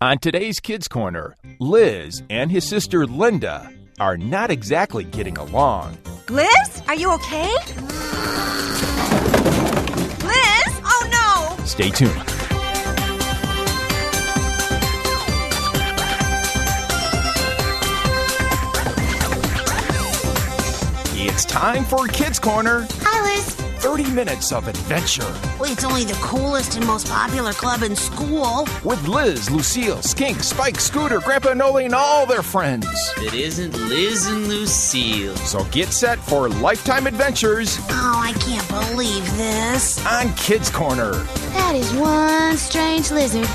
On today's Kids Corner, Liz and his sister Linda are not exactly getting along. Liz, are you okay? Liz? Oh no! Stay tuned. It's time for Kids Corner Hi, Liz. 30 minutes of adventure Well, it's only the coolest and most popular club in school. Oh, with Liz, Lucille, Skink, Spike, Scooter, Grandpa Noli, and all their friends. that isn't Liz and Lucille. So get set for lifetime adventures Oh, I can't believe this. on Kids Corner. That is one strange lizard.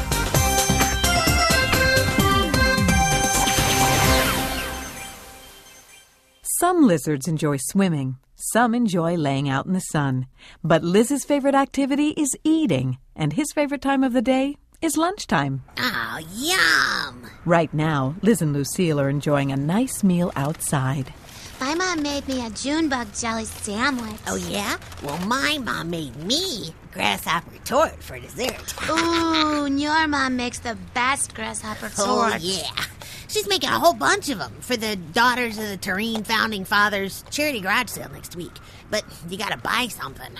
Some lizards enjoy swimming, some enjoy laying out in the sun. But Liz's favorite activity is eating, and his favorite time of the day is lunchtime. Oh, yum. Right now, Liz and Lucille are enjoying a nice meal outside. My mom made me a June bug jelly sandwich. Oh, yeah? Well, my mom made me grasshopper tort for dessert. Ooh, and your mom makes the best grasshopper Oh, torch. yeah. She's making a whole bunch of them for the Daughters of the Terrene Founding Fathers charity garage sale next week. But you gotta buy something.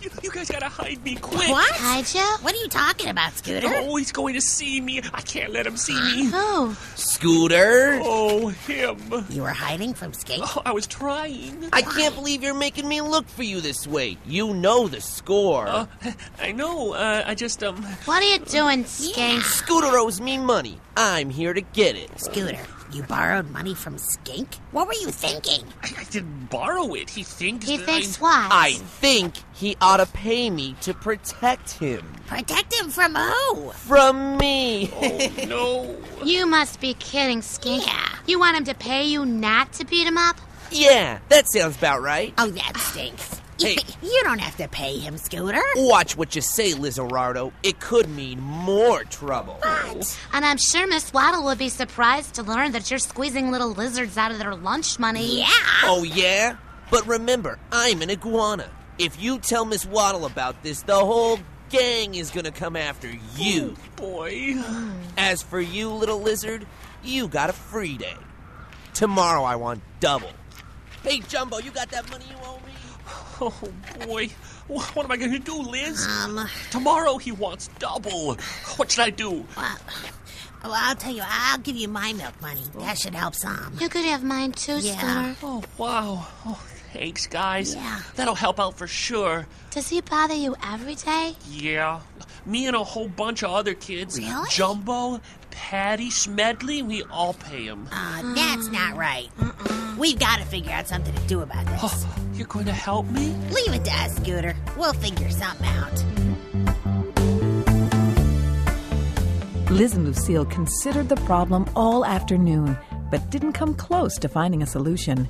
You, you guys gotta hide me quick. What? Hide ya? What are you talking about, Scooter? Oh. They're always going to see me. I can't let them see me. Oh, Scooter? Oh, him. You were hiding from Skate? Oh, I was trying. I can't believe you're making me look for you this way. You know the score. Uh, I know. Uh, I just um. what are you doing, Skink? Scooter owes me money. I'm here to get it. Scooter, you borrowed money from Skink? What were you thinking? I, I didn't borrow it. He thinks. He that thinks I- what? I think he ought to pay me to protect him Protect him from who? from me. Oh no. You must be kidding, Skink. Yeah. You want him to pay you not to beat him up? yeah, that sounds about right. Oh, that stinks. Hey. You don't have to pay him, Scooter. Watch what you say, Lizarardo. It could mean more trouble. And I'm sure Miss Waddle would be surprised to learn that you're squeezing little lizards out of their lunch money. Yeah. Oh, yeah? But remember, I'm an iguana. If you tell Miss Waddle about this, the whole gang is gonna come after you. Boy. As for you, little lizard, you got a free day. Tomorrow I want double. Hey, Jumbo, you got that money you owe me? Oh boy. Wha- What am I going to do, Liz? Um, Tomorrow he wants double. What should I do? well, well, I'll tell you, I'll give you my milk money. That should help some. You could have mine too, Yeah. Scooter. Oh wow. Oh, thanks, guys. Yeah. That'll help out for sure. Does he bother you every day? Yeah. Me and a whole bunch of other kids. Really? Jumbo, Patty, Smedley, we all pay him. Uh, that's not right. We've got to figure out something to do about this. Oh, you're going to help me? Leave it to us, Scooter. We'll figure something out. Liz and Lucille considered the problem all afternoon, but didn't come close to finding a solution.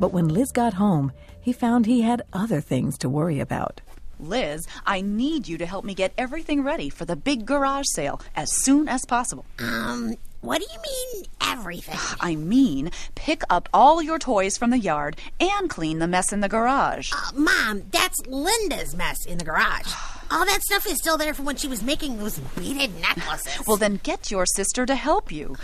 But when Liz got home, he found he had other things to worry about. Liz, I need you to help me get everything ready for the big garage sale as soon as possible. Um, what do you mean everything? I mean, pick up all your toys from the yard and clean the mess in the garage. Uh, Mom, that's Linda's mess in the garage. All that stuff is still there from when she was making those beaded necklaces. Well, then get your sister to help you.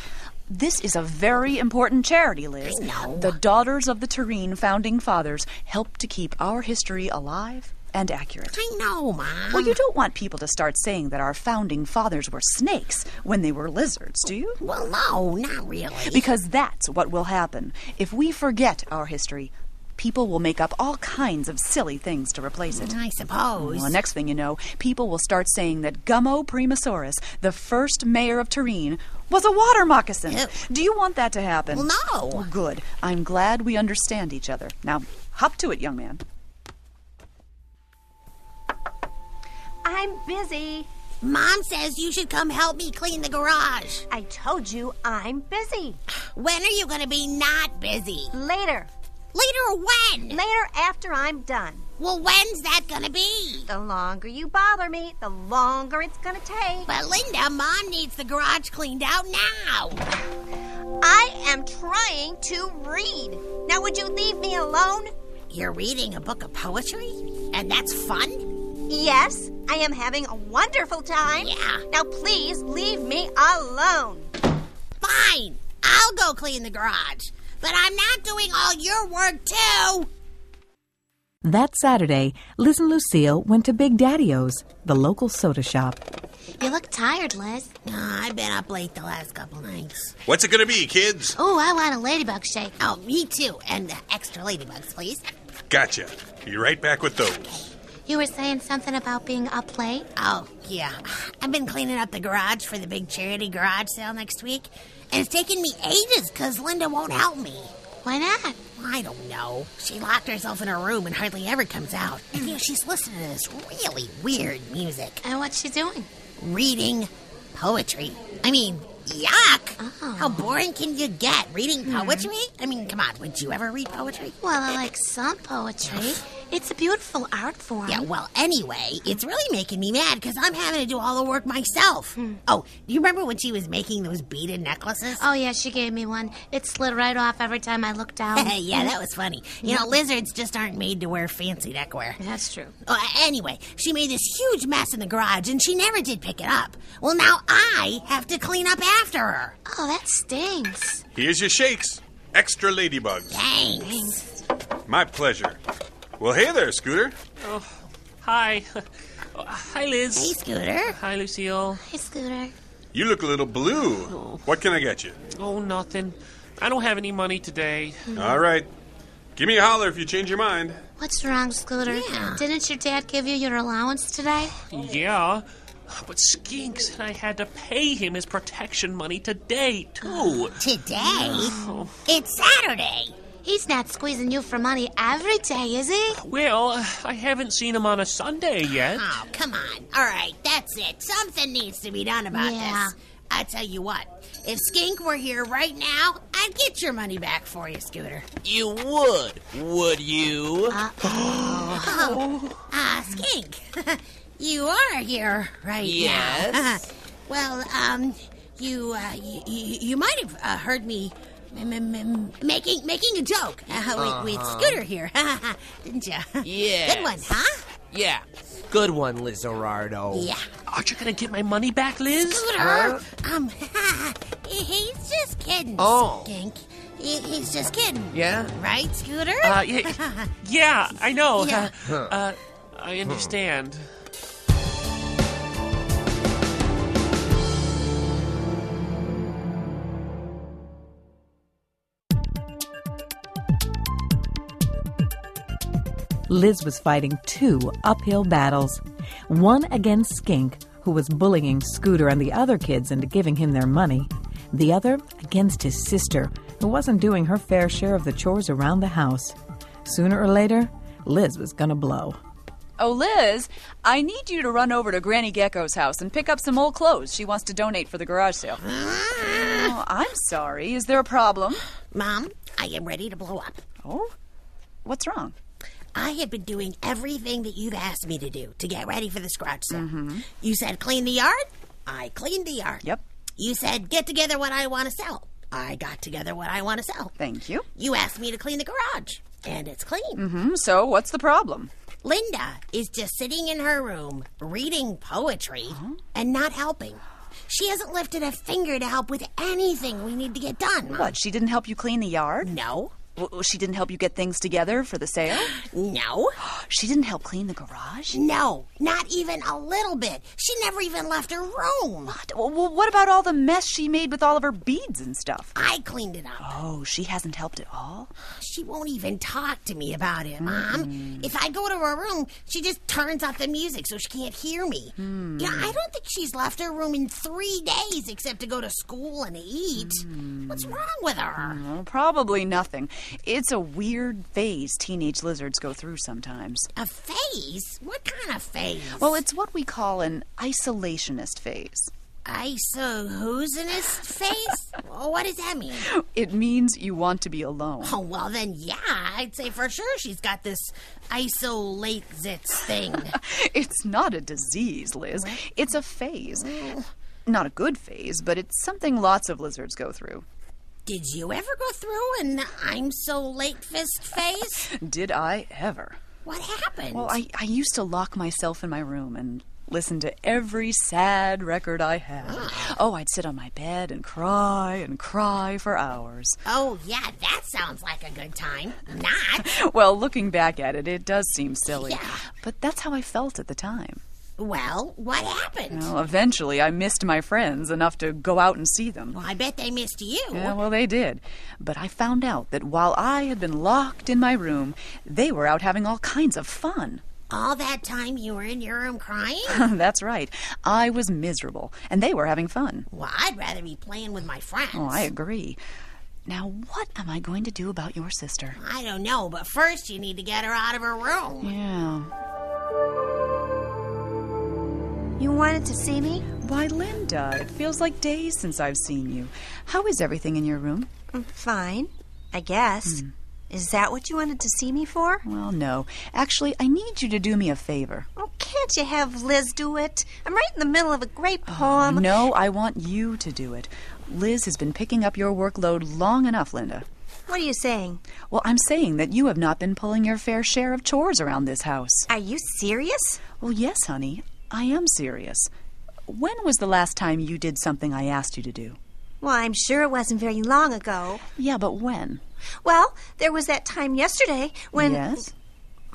This is a very important charity, Liz. I know. The Daughters of the Terrene Founding Fathers help to keep our history alive and accurate. I know, Mom. Well, you don't want people to start saying that our founding fathers were snakes when they were lizards, do you? Well, no, not really. Because that's what will happen. If we forget our history, people will make up all kinds of silly things to replace it. I suppose. Well, next thing you know, people will start saying that Gummo Primosaurus, the first mayor of Terrene, was a water moccasin. Ew. Do you want that to happen? Well, no. Well, good. I'm glad we understand each other. Now, hop to it, young man. I'm busy. Mom says you should come help me clean the garage. I told you I'm busy. When are you going to be not busy? Later. Later when? Later after I'm done. Well, when's that going to be? The longer you bother me, the longer it's gonna take. But Linda, Mom needs the garage cleaned out now. I am trying to read. Now, would you leave me alone? You're reading a book of poetry? And that's fun? Yes, I am having a wonderful time. Yeah. Now please leave me alone. Fine, I'll go clean the garage. But I'm not doing all your work, too. That Saturday, Liz and Lucille went to Big Daddy-O's, the local soda shop. You look tired, Liz. Aw, I've been up late the last couple nights. What's it gonna be, kids? Oh, I want a ladybug shake. Oh, me too. And uh, extra ladybugs, please. Gotcha. Be right back with those. You were saying something about being up late? Oh, yeah. I've been cleaning up the garage for the big charity garage sale next week. And it's taken me ages because Linda won't help me. Why not? I don't know. She locked herself in her room and hardly ever comes out. I feel she's listening to this really weird music. And what's she doing? Reading poetry. I mean, yuck! Oh. How boring can you get? Reading poetry? I mean, come on, would you ever read poetry? Hmm. Well, I like some poetry. It's a beautiful art form. Yeah, well, anyway, it's really making me mad because I'm having to do all the work myself. Oh, do you remember when she was making those beaded necklaces? Oh, yeah, she gave me one. It slid right off every time I looked down. yeah, that was funny. You know, lizards just aren't made to wear fancy neckwear. That's true. Uh, anyway, she made this huge mess in the garage and she never did pick it up. Well, now I have to clean up after her. Oh, that stings. Here's your shakes. Extra ladybugs. Dang. My pleasure. Well, hey there, Scooter. Hi. Oh, Hi, Liz. Hey, Scooter. Hi, Lucille. Hey, Scooter. You look a little blue. What can I get you? Oh, nothing. I don't have any money today. All right. Give me a holler if you change your mind. What's wrong, Scooter? Yeah. Didn't your dad give you your allowance today? Yeah. But Skink said I had to pay him his protection money today, too. Today? It's Saturday. He's not squeezing you for money every day, is he? Well, I haven't seen him on a Sunday yet. Oh, come on. All right, that's it. Something needs to be done about Yeah. this. I tell you what, if Skink were here right now, I'd get your money back for you, Scooter. You would, would you? Ah, Skink, you are here right now. Yes. well, um, you, uh, you, you, you might have uh, heard me m- m- m- making making a joke uh, with, with Scooter here, didn't you? Yes. Good one, huh? yeah. Good one, Lizarardo. Yeah. Aren't you going to get my money back, Liz? Scooter, um, he's just kidding, Oh. Skink. He- He's just kidding. Yeah? Right, Scooter? Uh, yeah, yeah, I know. Yeah. Uh, uh, I understand. Liz was fighting two uphill battles one against Skink, who was bullying Scooter and the other kids into giving him their money, the other against his sister, who wasn't doing her fair share of the chores around the house. Sooner or later, Liz was gonna blow. Oh, Liz, I need you to run over to Granny Gecko's house and pick up some old clothes she wants to donate for the garage sale. oh, I'm sorry. Is there a problem? Mom, I am ready to blow up. Oh, what's wrong? I have been doing everything that you've asked me to do to get ready for the scratch sale. You said clean the yard. I cleaned the yard. Yep. You said get together what I want to sell. I got together what I want to sell. Thank you. You asked me to clean the garage, and it's clean. Hmm, so, what's the problem? Linda is just sitting in her room reading poetry and not helping. She hasn't lifted a finger to help with anything we need to get done. Mom. What, she didn't help you clean the yard? No. W- She didn't help you get things together for the sale? No. She didn't help clean the garage? No. Not even a little bit. She never even left her room. Well, well, what about all the mess she made with all of her beads and stuff? I cleaned it up. Oh, she hasn't helped at all? She won't even talk to me about it, Mom. Mm-hmm. If I go to her room, she just turns off the music so she can't hear me. Hmm. You know, I don't think she's left her room in three days except to go to school and eat. Hmm. What's wrong with her? Well, Oh, probably nothing. It's a weird phase teenage lizards go through sometimes. A phase? What kind of phase? Well, it's what we call an isolationist phase. Isohosinist phase? well, what does that mean? It means you want to be alone. Oh, well, then, yeah, I'd say for sure she's got this isolate thing. It's not a disease, Liz. It's a phase. Not a good phase, but it's something lots of lizards go through. Did you ever go through an I'm so late fist phase? Did I ever? What happened? Well, I, I used to lock myself in my room and listen to every sad record I had. Oh, I'd sit on my bed and cry and cry for hours. Oh, yeah, that sounds like a good time. Not. Well, looking back at it, it does seem silly. But that's how I felt at the time. Well, what happened? Well, eventually, I missed my friends enough to go out and see them. I bet they missed you. Yeah, well, they did. But I found out that while I had been locked in my room, they were out having all kinds of fun. All that time you were in your room crying? That's right. I was miserable, and they were having fun. Well, I'd rather be playing with my friends. Oh, I agree. Now, what am I going to do about your sister? I don't know, but first you need to get her out of her room. Yeah. You wanted to see me? Why, Linda, it feels like days since I've seen you. How is everything in your room? Mm, Fine, I guess. Is that what you wanted to see me for? Well, no. Actually, I need you to do me a favor. Oh, can't you have Liz do it? I'm right in the middle of a great poem. No, I want you to do it. Liz has been picking up your workload long enough, Linda. What are you saying? Well, I'm saying that you have not been pulling your fair share of chores around this house. Are you serious? Well, yes, honey, I am serious. When was the last time you did something I asked you to do? Well, I'm sure it wasn't very long ago. Yeah, but when? Well, there was that time yesterday when. yes?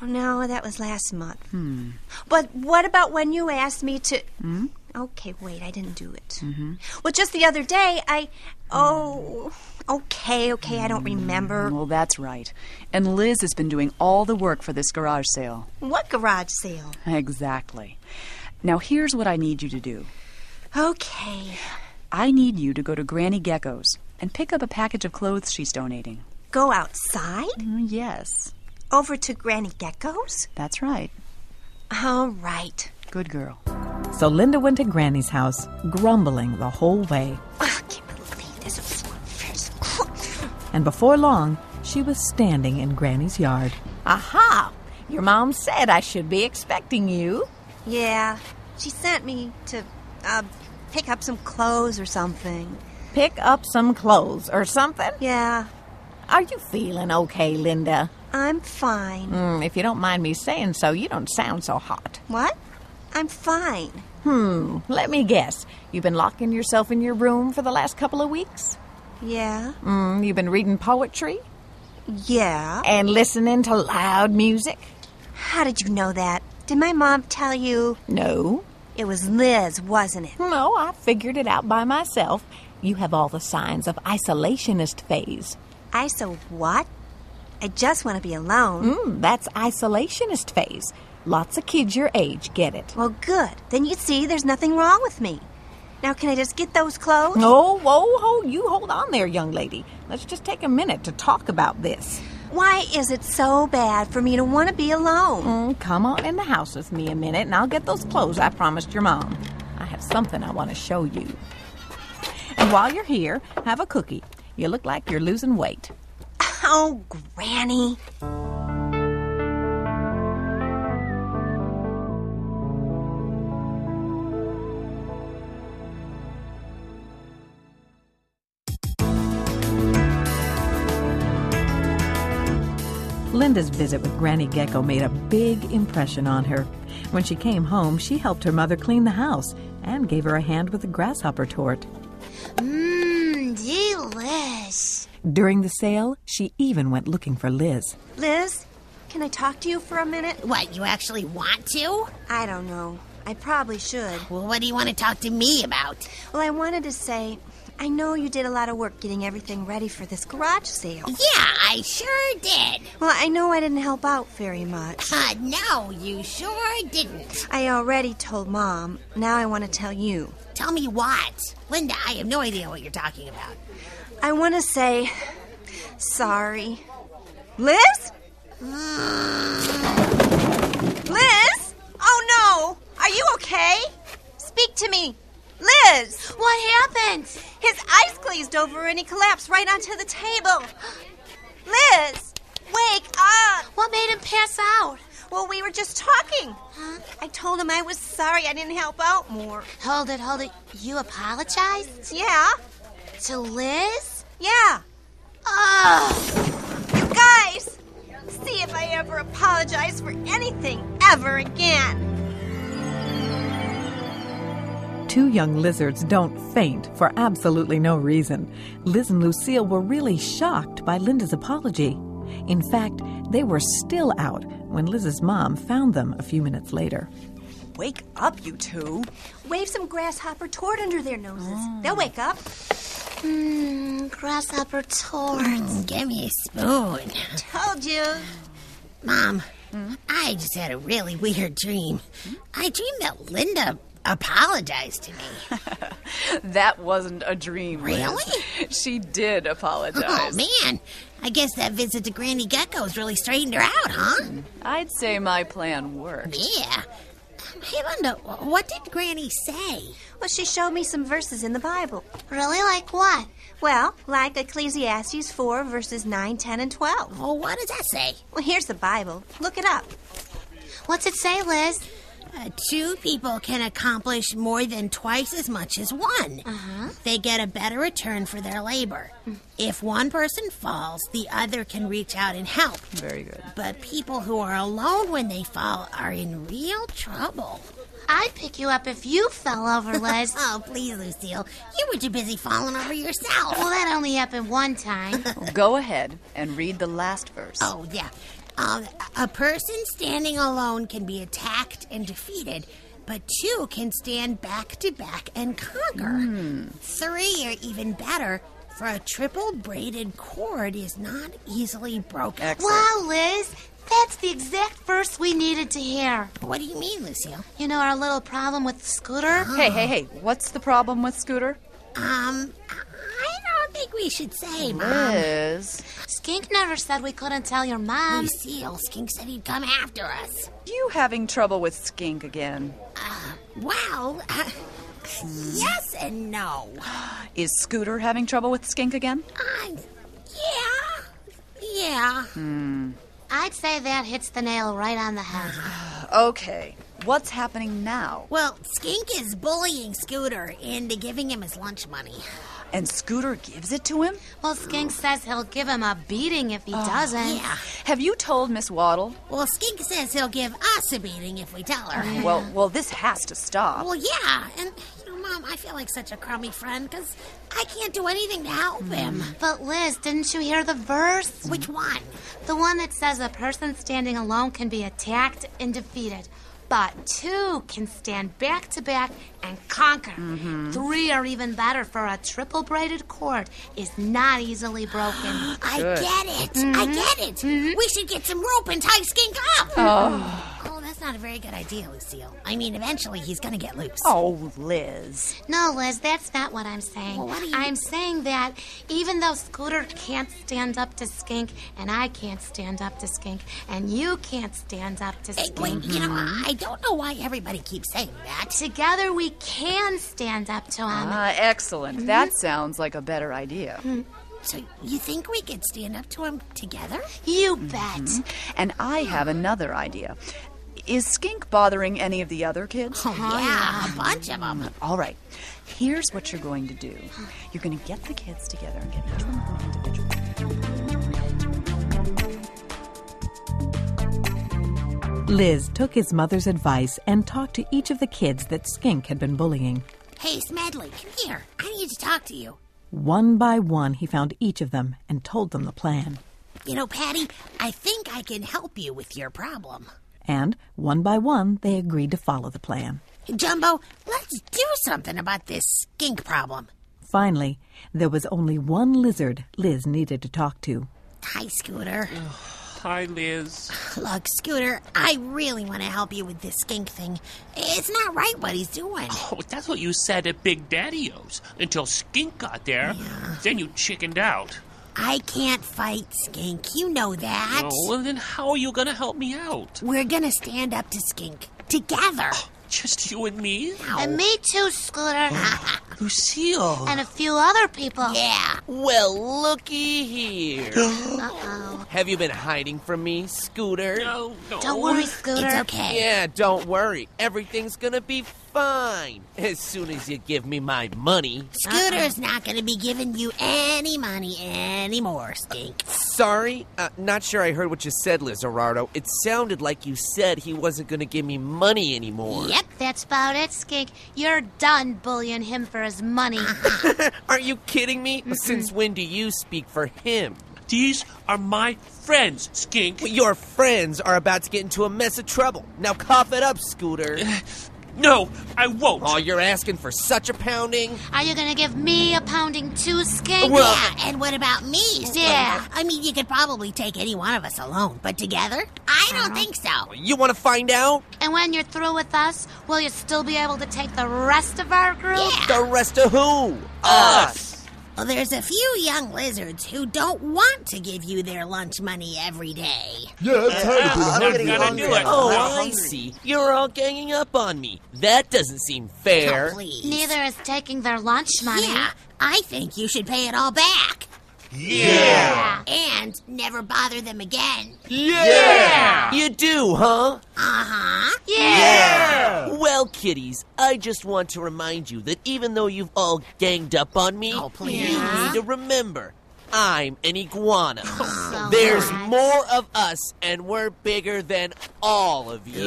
Oh, No, that was last month. Hmm. But what about when you asked me to? Okay, wait, I didn't do it. Mm-hmm. Well, just the other day, I. Oh, okay, okay, I don't remember. Well, that's right. And Liz has been doing all the work for this garage sale. What garage sale? Exactly. Now, here's what I need you to do Okay, I need you to go to Granny Gecko's and pick up a package of clothes she's donating. Mm, go outside? Yes. Over to Granny Gecko's? That's right. All right. Good girl. So Linda went to Granny's house, grumbling the whole way. I can't believe this is first. And before long, she was standing in Granny's yard. Aha! Your mom said I should be expecting you. Yeah, she sent me to uh, pick up some clothes or something. Pick up some clothes or something. Yeah, Are you feeling okay, Linda? I'm fine. Mm, if you don't mind me saying so, you don't sound so hot. What? I'm fine. Hmm, let me guess. You've been locking yourself in your room for the last couple of weeks? Yeah. Mm, you've been reading poetry Yeah. and listening to loud music? How did you know that? Did my mom tell you? No. It was Liz, wasn't it? No, I figured it out by myself. You have all the signs of isolationist phase. I so what? I just want to be alone. Mm, that's isolationist phase. Lots of kids your age get it. Well, good. Then you see, there's nothing wrong with me. Now, can I just get those clothes? Oh, whoa, ho, you hold on there, young lady. Let's just take a minute to talk about this. Why is it so bad for me to want to be alone? Mm, come on in the house with me a minute, and I'll get those clothes I promised your mom. I have something I want to show you. And while you're here, have a cookie. You look like you're losing weight. Oh, Granny. Linda's visit with Granny Gecko made a big impression on her. When she came home, she helped her mother clean the house and gave her a hand with the grasshopper tort. Mmm, delish. During the sale, she even went looking for Liz. Liz, can I talk to you for a minute? What, you actually want to? I don't know. I probably should. Well, what do you want to talk to me about? Well, I wanted to say, I know you did a lot of work getting everything ready for this garage sale. Yeah, I sure did. Well, I know I didn't help out very much. Uh, no, you sure didn't. I already told Mom. Now I want to tell you. Tell me what. Linda, I have no idea what you're talking about. I want to say, sorry. Liz? Liz? Oh no! Are you okay? Speak to me. Liz! What happened? His eyes glazed over and he collapsed right onto the table. Liz! Wake up! What made him pass out? Well, we were just talking. I told him I was sorry I didn't help out more. Hold it, hold it. You apologized Yeah, to Liz? yeah. Ah. Ugh. You guys! See if I ever apologize for anything ever again. two young lizards don't faint for absolutely no reason. Liz and Lucille were really shocked by Linda's apology. In fact, they were still out when Liz's mom found them a few minutes later. Wake up, you two. Wave some grasshopper tort under their noses. They'll wake up. Mmm, grasshopper torts. Mm, give me a spoon. Told you. Mom, I just had a really weird dream. I dreamed that Linda apologized to me. That wasn't a dream. Liz. Really? She did apologize. Oh, man. I guess that visit to Granny Gecko's really straightened her out, huh? I'd say my plan worked. Yeah. Hey, Linda, what did Granny say? Well, she showed me some verses in the Bible. Really? Like what? Well, like Ecclesiastes 4, verses 9, 10, and 12. Oh, what does that say? Well, here's the Bible. Look it up. What's it say, Liz? Uh, two people can accomplish more than twice as much as one. They get a better return for their labor. If one person falls, the other can reach out and help. Very good. But people who are alone when they fall are in real trouble. I'd pick you up if you fell over, Liz. Oh, please, Lucille. You were too busy falling over yourself. well, that only happened one time. Go ahead and read the last verse. Oh, yeah. Um, a person standing alone can be attacked and defeated, but two can stand back to back and conquer. Three are even better, for a triple braided cord is not easily broken. Excellent. wow, Liz. That's the exact verse we needed to hear. What do you mean, Lucille? You know our little problem with the scooter? Hey, hey, hey. What's the problem with Scooter? Um, I don't think we should say, Um, Mom. Liz. Skink never said we couldn't tell your mom. Lucille, Skink said he'd come after us. You having trouble with Skink again? Well, uh, yes and no. Is Scooter having trouble with Skink again? I, yeah, yeah. I'd say that hits the nail right on the head. Okay. What's happening now? Well, Skink is bullying Scooter into giving him his lunch money. And Scooter gives it to him? Well, Skink says he'll give him a beating if he Oh, doesn't. Yeah. Have you told Miss Waddle? Well, Skink says he'll give us a beating if we tell her. Well, well, this has to stop. Well, yeah, and you know, Mom, I feel like such a crummy friend because I can't do anything to help him. But Liz, didn't you hear the verse? Which one? The one that says a person standing alone can be attacked and defeated, but two can stand back to back and conquer. Mm-hmm. Three are even better, for a triple braided cord is not easily broken. I get it. I get it. We should get some rope and tie Skink up. oh, that's not a very good idea, Lucille. I mean, eventually he's going to get loose. Oh, Liz. no, Liz, that's not what I'm saying. Well, what are you- I'm saying that even though Scooter can't stand up to Skink, and I can't stand up to Skink, and you can't stand up to Hey, Skink. wait, you know, I don't know why everybody keeps saying that. Together we can stand up to him. Ah, excellent. That sounds like a better idea. So you think we could stand up to him together? you bet. And I have another idea. Is Skink bothering any of the other kids? yeah, a bunch of them. All right. Here's what you're going to do. You're going to get the kids together and get each one of them individual. Liz took his mother's advice and talked to each of the kids that Skink had been bullying. Hey, Smedley, come here. I need to talk to you. One by one, he found each of them and told them the plan. You know, Patty, I think I can help you with your problem. And one by one, they agreed to follow the plan. Jumbo, let's do something about this skink problem. Finally, there was only one lizard Liz needed to talk to. Hi, Scooter. Hi, Liz. Look, Scooter, I really want to help you with this skink thing. It's not right what he's doing. Oh, that's what you said at Big Daddy O's until Skink got there. Then you chickened out. I can't fight Skink. You know that. Oh, well, then how are you going to help me out? We're going to stand up to Skink together. Just you and me? Oh, And me too, Scooter. Lucille. and a few other people. Yeah. Well, looky here. Have you been hiding from me, Scooter? No, no. Don't worry, Scooter. It's okay. Yeah, don't worry. Everything's gonna be fine as soon as you give me my money. Scooter's not going to be giving you any money anymore, Skink. Sorry, uh, not sure I heard what you said, Lizarardo. It sounded like you said he wasn't going to give me money anymore. Yep, that's about it, Skink. You're done bullying him for his money. Are you kidding me? Since when do you speak for him? These are my friends, Skink. your friends are about to get into a mess of trouble. Now cough it up, Scooter. no, I won't. Oh, you're asking for such a pounding. Are you gonna give me a pounding too, Skink? Well- Yeah, and what about me? Yeah. I mean, you could probably take any one of us alone, but together? I Uh-huh. don't think so. You want to find out? And when you're through with us, will you still be able to take the rest of our group? The rest of who? Us. Well, there's a few young lizards who don't want to give you their lunch money every day. Yeah, that's how Oh, how I'm it gonna happened. do it. Oh, I see. You're all ganging up on me. That doesn't seem fair. Neither is taking their lunch money. Yeah, I think you should pay it all back. Yeah. And never bother them again. Yeah! You do, huh? Uh-huh. Well, kiddies, I just want to remind you that even though you've all ganged up on me, you need to remember I'm an iguana. There's more of us, and we're bigger than all of you.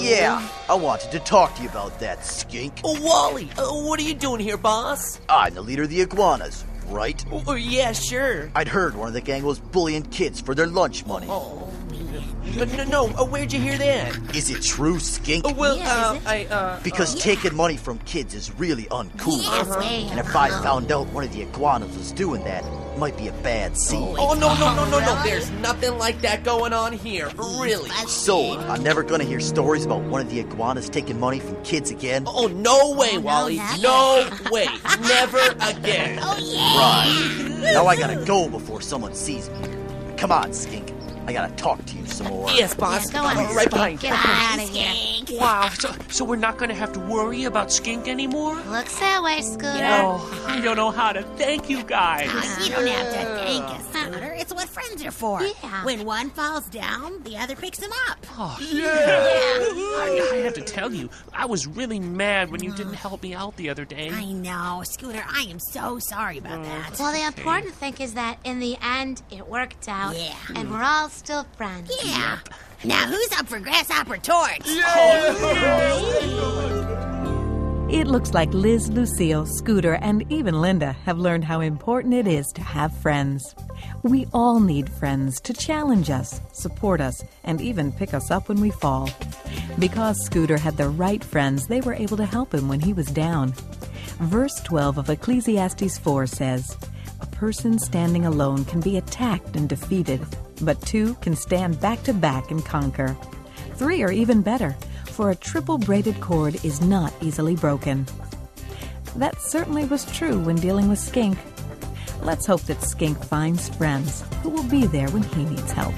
Yeah, I wanted to talk to you about that, skink. Oh, Wally, uh, what are you doing here, boss? I'm the leader of the iguanas, right? Oh, yeah, sure. I'd heard one of the gang was bullying kids for their lunch money. But no, no, uh, where'd you hear that? Is it true, skink? Oh, well, uh, I, uh. Because uh, taking money from kids is really uncool. Yes, way and if I found out one of the iguanas was doing that, it might be a bad scene. Oh, no, no, no, no, no. There's nothing like that going on here. Really. So, I'm never gonna hear stories about one of the iguanas taking money from kids again. Oh, no way, Wally. No way. Never again. Right. Now I gotta go before someone sees me. Come on, Skink. I gotta talk to you some more. Yes, boss. Go on, I'm right behind you. Get out of here. Wow, so, so we're not going to have to worry about Skink anymore? Looks that way, Scooter. Oh, I don't know how to thank you guys. Uh, You don't have to thank us, Scooter. It's what friends are for. Yeah. Oh, When one falls down, the other picks him up. I, I have to tell you, I was really mad when you didn't help me out the other day. I know, Scooter. I am so sorry about that. Mm. Well, the important thing is that in the end, it worked out. Yeah. And we're all still friends. Yeah. Now who's up for grasshopper torch? It looks like Liz, Lucille, Scooter, and even Linda have learned how important it is to have friends. We all need friends to challenge us, support us, and even pick us up when we fall. Because Scooter had the right friends, they were able to help him when he was down. Verse 12 of Ecclesiastes 4 says, A person standing alone can be attacked and defeated, but two can stand back to back and conquer. Three are even better, for a triple braided cord is not easily broken. That certainly was true when dealing with Skink. Let's hope that Skink finds friends who will be there when he needs help.